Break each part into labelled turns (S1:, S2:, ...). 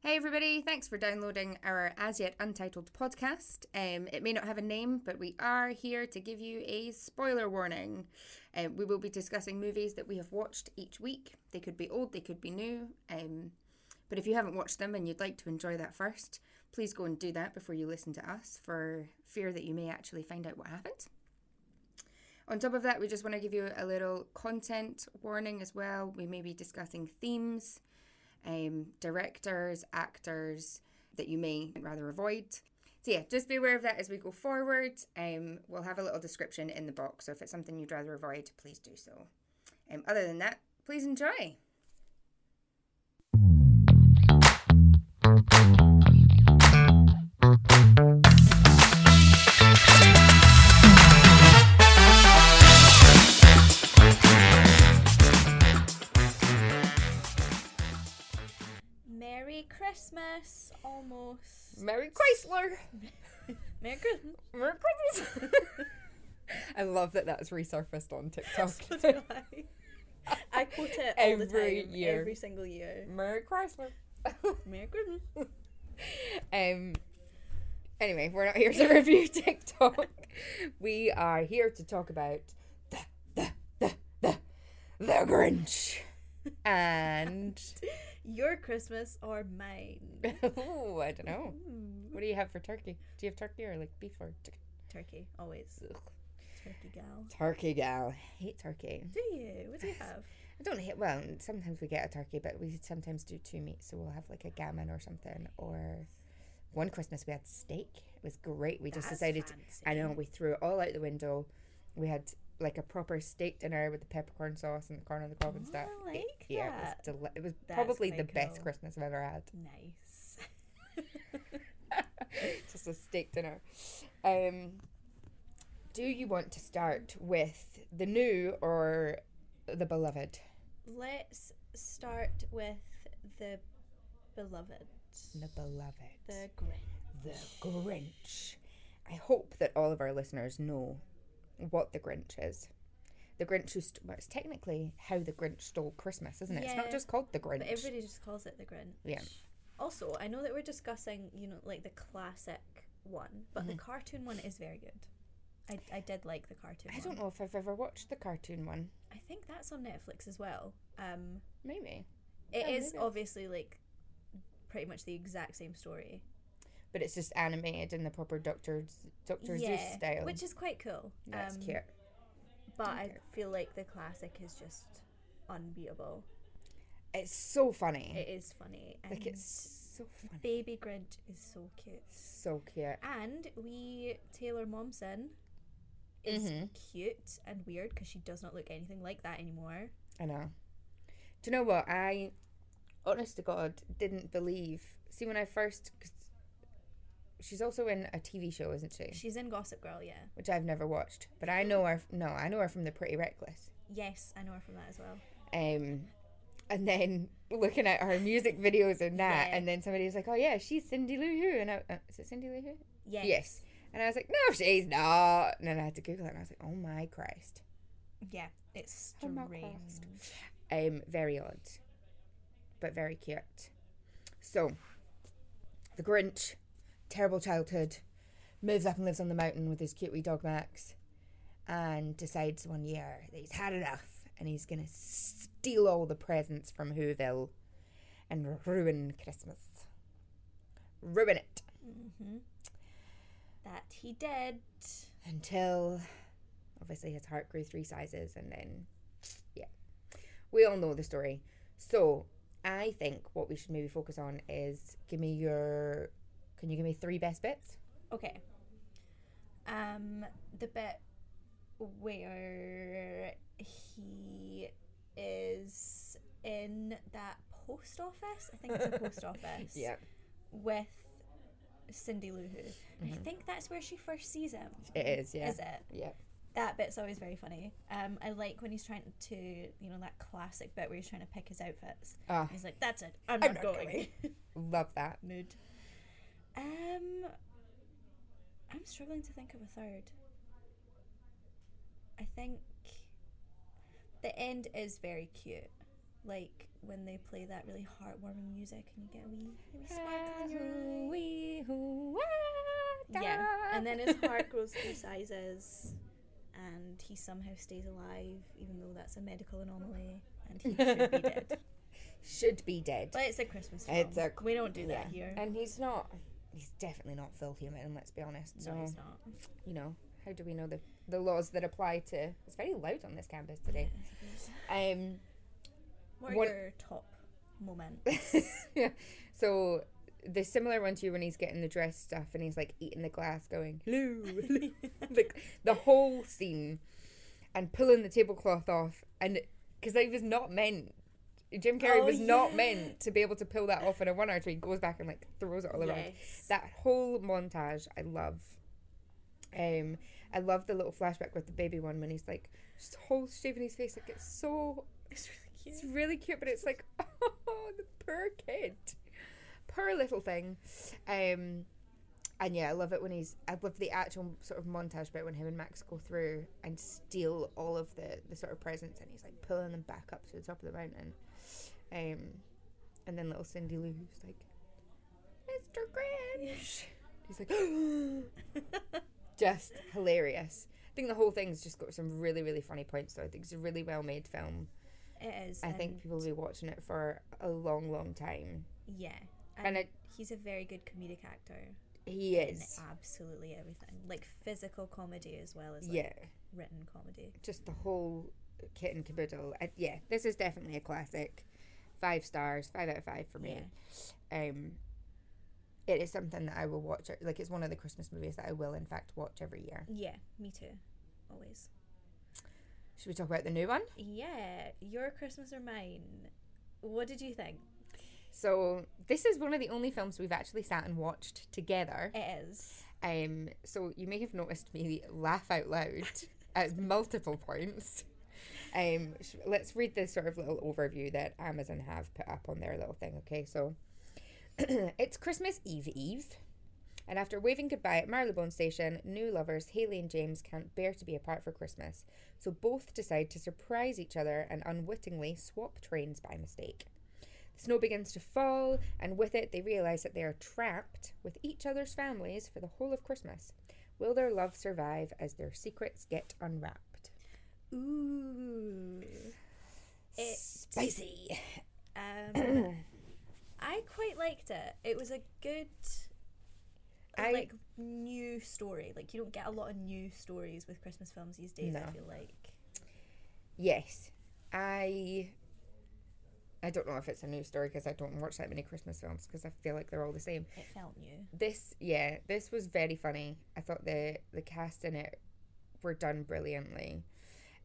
S1: Hey everybody, thanks for downloading our as yet untitled podcast. Um, it may not have a name, but we are here to give you a spoiler warning. Um, we will be discussing movies that we have watched each week. They could be old, they could be new. Um, but if you haven't watched them and you'd like to enjoy that first, please go and do that before you listen to us for fear that you may actually find out what happened. On top of that, we just want to give you a little content warning as well. We may be discussing themes, um, directors, actors that you may rather avoid. So, yeah, just be aware of that as we go forward. Um, we'll have a little description in the box. So, if it's something you'd rather avoid, please do so. Um, other than that, please enjoy.
S2: Merry Christmas, almost.
S1: Merry Chrysler!
S2: Merry Christmas.
S1: Merry Christmas! I love that that's resurfaced on
S2: So
S1: TikTok.
S2: do I. I quote it all the
S1: Every
S2: time,
S1: year.
S2: every single year.
S1: Merry Chrysler.
S2: Merry Christmas.
S1: um anyway we're not here to review tiktok we are here to talk about the the the the, the grinch and
S2: Your Christmas or mine?
S1: oh i don't know
S2: Mm,
S1: what do you have for turkey do you have turkey or like beef or chicken
S2: Turkey, always. Turkey gal.
S1: turkey gal I hate turkey
S2: Do you? What do you have?
S1: i don't hate well sometimes we get a turkey but we sometimes do two meats so we'll have like a gammon or something or one christmas we had steak it was great we just
S2: That's
S1: decided to
S2: fancy.
S1: I know we threw it all out the window. We had like a proper steak dinner with the peppercorn sauce and the corn on the cob and
S2: Oh,
S1: stuff.
S2: I
S1: It-
S2: like
S1: yeah,
S2: that.
S1: it was, deli- it was
S2: That's
S1: probably the
S2: quite
S1: best
S2: cool.
S1: Christmas I've ever had.
S2: Nice.
S1: Just a steak dinner. Um, do you want to start with the new or the beloved?
S2: Let's start with the beloved,
S1: The beloved.
S2: the Grinch.
S1: The Grinch. I hope that all of our listeners know what the Grinch is. The Grinch who st- well, it's technically how the Grinch stole Christmas, isn't it? It's not
S2: Yeah,
S1: just called the Grinch.
S2: But everybody just calls it the Grinch.
S1: Yeah.
S2: Also, I know that we're discussing, you know, like the classic one, but the
S1: Mm-hmm.
S2: cartoon one is very good. I, I did like the cartoon
S1: I
S2: one.
S1: don't know if I've ever watched the cartoon one.
S2: I think that's on Netflix as well. Um,
S1: Maybe,
S2: it
S1: Oh,
S2: is
S1: maybe.
S2: obviously like pretty much the exact same story.
S1: but it's just animated in the proper Doctor Z- Doctor Zeus style.
S2: which is quite cool.
S1: That's
S2: um,
S1: cute.
S2: But I feel like the classic is just unbeatable.
S1: It's so funny.
S2: It is funny. And
S1: like it's so funny,
S2: Baby Grinch is so cute.
S1: so cute.
S2: And we Taylor Momsen is cute and weird because she does not look anything like that anymore.
S1: I know. Do you know what? I, honest to God, didn't believe. See, when I first. 'cause she's also in a TV show, isn't she?
S2: She's in Gossip Girl, yeah.
S1: Which I've never watched. But I know her. f- No, I know her from The Pretty Reckless.
S2: Yes, I know her from that as well.
S1: Um, and then looking at her music videos and that.
S2: Yeah.
S1: And then somebody was like, oh, yeah, she's Cindy Lou Who. And I. Uh, is it Cindy Lou Who?
S2: Yes.
S1: Yes. And I was like, no, she's not. And then I had to Google it and I was like, oh my Christ.
S2: Yeah, it's
S1: Oh
S2: strange.
S1: my Um, very odd, but very cute. So, the Grinch, terrible childhood, moves up and lives on the mountain with his cute wee dog Max, and decides one year that he's had enough and he's gonna steal all the presents from Whoville and ruin Christmas. Ruin it
S2: That he did.
S1: until, obviously, his heart grew three sizes, and then, yeah, we all know the story. So I think what we should maybe focus on is give me your. Can you give me three best bits?
S2: Okay. Um, the bit where he is in that post office. I think it's a post office. With Cindy Lou Who. And I think that's where she first sees him.
S1: it is. Mm-hmm. Yeah,
S2: Is it?
S1: yeah,
S2: that bit's always very funny. Um, I like when he's trying to, you know, that classic bit where he's trying to pick his outfits.
S1: Ah.
S2: He's like, "That's it, I'm,
S1: I'm
S2: not,
S1: not
S2: going."
S1: love that.
S2: Mood. Um, I'm struggling to think of a third. I think the end is very cute. like when they play that really heartwarming music and you get a wee, a wee sparkle in your eye. Yeah, and then his heart grows three sizes, and he somehow stays alive, even though that's a medical anomaly, and he should be dead.
S1: should be dead.
S2: But it's a Christmas film.
S1: It's a-
S2: we don't do
S1: Yeah.
S2: that here.
S1: And he's not. He's definitely not full human. Let's be honest. So
S2: no, it's not.
S1: you know, how do we know the the laws that apply to? It's very loud on this campus today. Um.
S2: What are
S1: What-
S2: your top moment?
S1: yeah. So the similar one to you when he's getting the dress stuff and he's like eating the glass, going hello, hello." like the whole scene, and pulling the tablecloth off, and because he was not meant. Jim Carrey
S2: Oh,
S1: was not
S2: yeah.
S1: meant to be able to pull that off in a one hour. So he goes back and like throws it all around.
S2: Yes.
S1: That whole montage, I love. Um, I love the little flashback with the baby one when he's like, just whole shaving his face. Like it's so
S2: It's really cute.
S1: it's really cute, but it's like, oh, the poor kid, poor little thing. Um, and yeah, I love it when he's. I love the actual sort of montage bit when him and Max go through and steal all of the the sort of presents, and he's like pulling them back up to the top of the mountain. Um, and then little Cindy Lou who's like, Mr. Grinch. He's like, just hilarious. I think the whole thing's just got some really, really funny points. Though I think it's a really well made film.
S2: It is.
S1: I think
S2: and
S1: people will be watching it for a long, long time.
S2: Yeah.
S1: And it,
S2: he's a very good comedic actor
S1: he
S2: in
S1: is.
S2: absolutely everything, like physical comedy as well as like
S1: Yeah.
S2: written comedy.
S1: Just the whole kit and caboodle. I, yeah, this is definitely a classic. Five stars, five out of five for me. Um, it is something that I will watch. e, Like, it's one of the Christmas movies that I will, in fact, watch every year.
S2: Yeah, me too. Always.
S1: Should we talk about the new one?
S2: Yeah, your Christmas or mine. What did you think?
S1: So, this is one of the only films we've actually sat and watched together.
S2: It is.
S1: Um, so you may have noticed me laugh out loud at multiple points. Um, sh- let's read the sort of little overview that Amazon have put up on their little thing. Okay, so it's Christmas Eve Eve, and after waving goodbye at Marylebone Station, new lovers Haley and James can't bear to be apart for Christmas, so both decide to surprise each other and unwittingly swap trains by mistake. Snow begins to fall, and with it, they realize that they are trapped with each other's families for the whole of Christmas. Will their love survive as their secrets get unwrapped?
S2: Ooh. It
S1: Spicy.
S2: um I quite liked it. It was a good
S1: I-
S2: like new story. Like you don't get a lot of new stories with Christmas films these days,
S1: No.
S2: I feel like.
S1: Yes, I. I don't know if it's a new story because I don't watch that many Christmas films because I feel like they're all the same.
S2: It felt new.
S1: This, yeah, this was very funny. I thought the the cast in it were done brilliantly,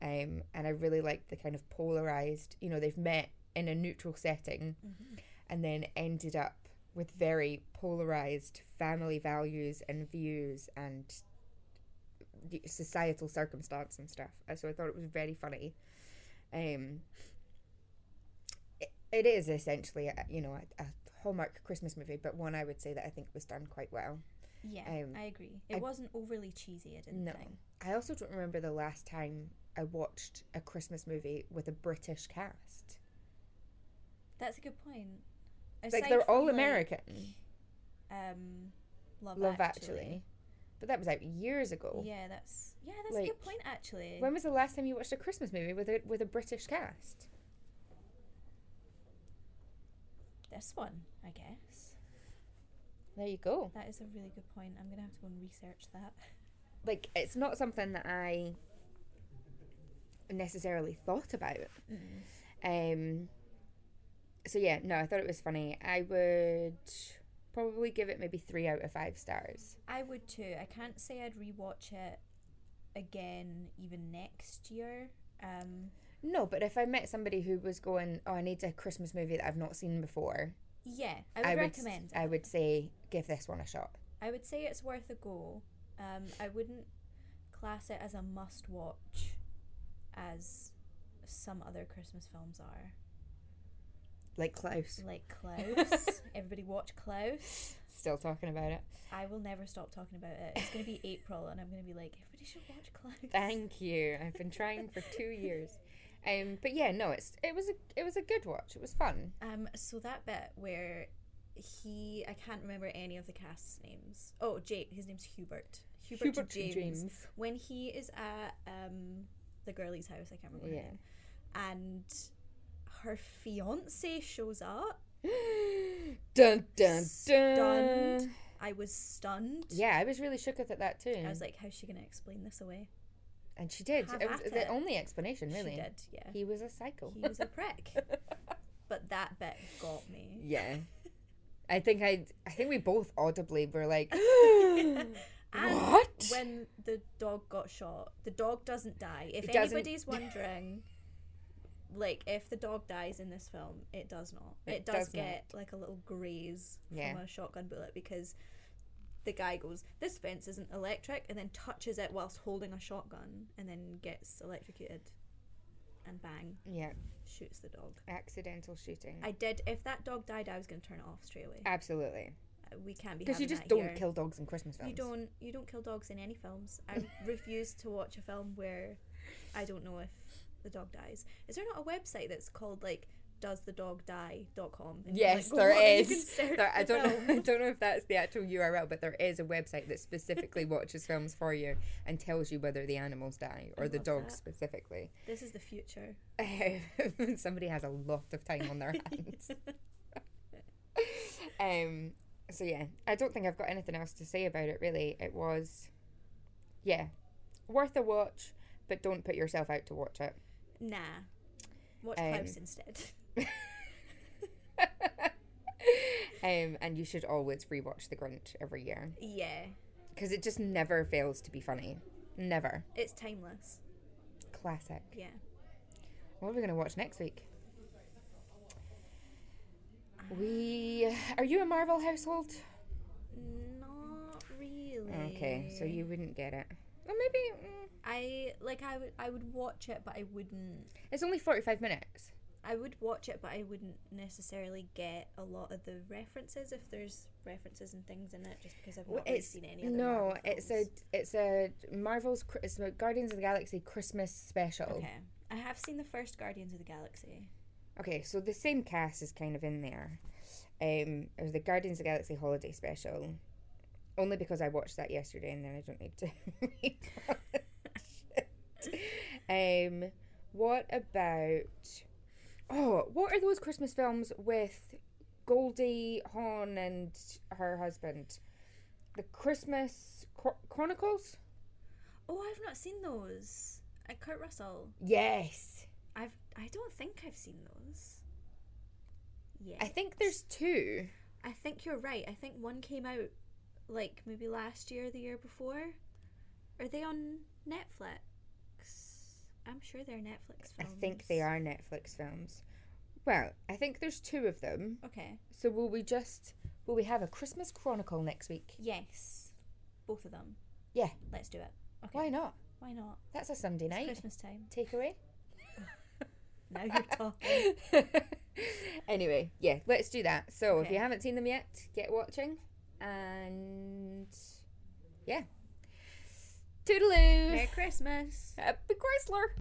S1: um, and I really liked the kind of polarized. You know, they've met in a neutral setting, and then ended up with very polarized family values and views and y- societal circumstance and stuff. Uh, So I thought it was very funny. Um, it, it is essentially, a, you know, a, a hallmark Christmas movie, but one I would say that I think was done quite well.
S2: Yeah,
S1: Um,
S2: I agree. It
S1: I-
S2: wasn't overly cheesy, I didn't
S1: No.
S2: think.
S1: I also don't remember the last time I watched a Christmas movie with a British cast.
S2: That's a good point.
S1: Like
S2: Aside
S1: they're
S2: from,
S1: all
S2: like,
S1: American.
S2: um Love,
S1: Love
S2: actually.
S1: Actually, but that was out years ago.
S2: Yeah, that's yeah, that's a
S1: Like,
S2: good point actually.
S1: When was the last time you watched a Christmas movie with a with a British cast?
S2: this one, I guess.
S1: There you go.
S2: That is a really good point. I'm gonna have to go and research that.
S1: like it's not something that I necessarily thought about. Mm. Um so yeah, no, I thought it was funny. I would probably give it maybe 3 out of 5 stars.
S2: I would too. I can't say I'd rewatch it again even next year. Um,
S1: No, but if I met somebody who was going, "Oh, I need a Christmas movie that I've not seen before,"
S2: yeah, I would recommend.
S1: I would say give this one a shot.
S2: it. I would say it's worth a go. Um, I wouldn't class it as a must watch, as some other Christmas films are,
S1: Like Klaus
S2: like Klaus. Everybody watch Klaus.
S1: still talking about it.
S2: I will never stop talking about it. It's gonna be April, and I'm gonna be like, everybody should watch Klaus.
S1: Thank you. I've been trying for 2 years. Um, but yeah, no, it's it was a it was a good watch. It was fun.
S2: Um, so that bit where he, I can't remember any of the cast's names. Oh, Jake, his name's Hubert. Hubert, James. When he is at um the girlie's house, I can't remember. her
S1: Yeah.
S2: name, and her fiance shows up.
S1: dun dun dun.
S2: Stunned. I was stunned.
S1: Yeah, I was really shook at that too.
S2: I was like, how's she gonna explain this away?
S1: and she did.
S2: have
S1: It was
S2: at
S1: the
S2: it.
S1: only explanation, really.
S2: She did, yeah.
S1: He was a psycho.
S2: He was a prick. but that bit got me.
S1: yeah. I think I I think we both audibly were like
S2: and
S1: What?
S2: when the dog got shot, the dog doesn't die. If
S1: It doesn't-
S2: anybody's wondering, like if the dog dies in this film, it does not. It,
S1: It
S2: does,
S1: does
S2: get like a little graze
S1: Yeah.
S2: from a shotgun bullet because the guy goes, "This fence isn't electric," and then touches it whilst holding a shotgun, and then gets electrocuted, and bang,
S1: Yeah.
S2: shoots the dog.
S1: Accidental shooting.
S2: I did. If that dog died, I was going to turn it off straight away.
S1: Absolutely.
S2: we can't be
S1: Because you
S2: having
S1: just
S2: that
S1: don't
S2: here.
S1: kill dogs in Christmas films.
S2: You don't you don't kill dogs in any films. I refuse to watch a film where I don't know if the dog dies. Is there not a website that's called like does the dog die.com?
S1: Yes, there is. There- I don't know. I don't know if that's the actual URL, but there is a website that specifically watches films for you and tells you whether the animals die or
S2: I
S1: the
S2: love
S1: dogs
S2: that.
S1: specifically.
S2: This is the future.
S1: Somebody has a lot of time on their hands. um. So yeah, I don't think I've got anything else to say about it. Really, it was, yeah, worth a watch, but don't put yourself out to watch it.
S2: Nah. Watch
S1: Um,
S2: Klaus instead.
S1: Um, and you should always rewatch The Grinch every year
S2: Yeah.
S1: because it just never fails to be funny. Never.
S2: It's timeless.
S1: Classic.
S2: Yeah.
S1: What are we going to watch next week? We are you a Marvel household?
S2: Not really.
S1: Okay, so you wouldn't get it. Well, maybe mm,
S2: I like I would I would watch it but I wouldn't
S1: it's only forty-five minutes.
S2: I would watch it, but I wouldn't necessarily get a lot of the references if there's references and things in it, just because I've not
S1: Well,
S2: really
S1: it's-
S2: seen any other.
S1: No,
S2: Marvel
S1: it's a
S2: films.
S1: it's a Marvel's Chri- it's a Guardians of the Galaxy Christmas special.
S2: Okay, I have seen the first Guardians of the Galaxy.
S1: Okay, so the same cast is kind of in there. Um, it was the Guardians of the Galaxy Holiday Special, only because I watched that yesterday, and then I don't need to. rewatch it. um, what about? Oh, what are those Christmas films with Goldie Hawn and her husband? The Christmas Chro- Chronicles.
S2: Oh, I've not seen those. Uh, Kurt Russell.
S1: Yes,
S2: I've. I don't think I've seen those. Yeah.
S1: I think there's two.
S2: I think you're right. I think one came out, like maybe last year, or the year before. Are they on Netflix? I'm sure they're Netflix
S1: I
S2: films.
S1: think they are Netflix films. Well, I think there's two of them.
S2: Okay.
S1: So will we just will we have a Christmas Chronicle next week?
S2: Yes, both of them.
S1: Yeah.
S2: Let's do it. Okay.
S1: Why not?
S2: Why not?
S1: That's a Sunday
S2: It's
S1: night
S2: Christmas time.
S1: takeaway.
S2: Now you're talking.
S1: anyway, yeah, let's do that. So if
S2: Okay.
S1: you haven't seen them yet, get watching. And yeah. Toodaloo!
S2: Merry Christmas.
S1: Happy Chrysler!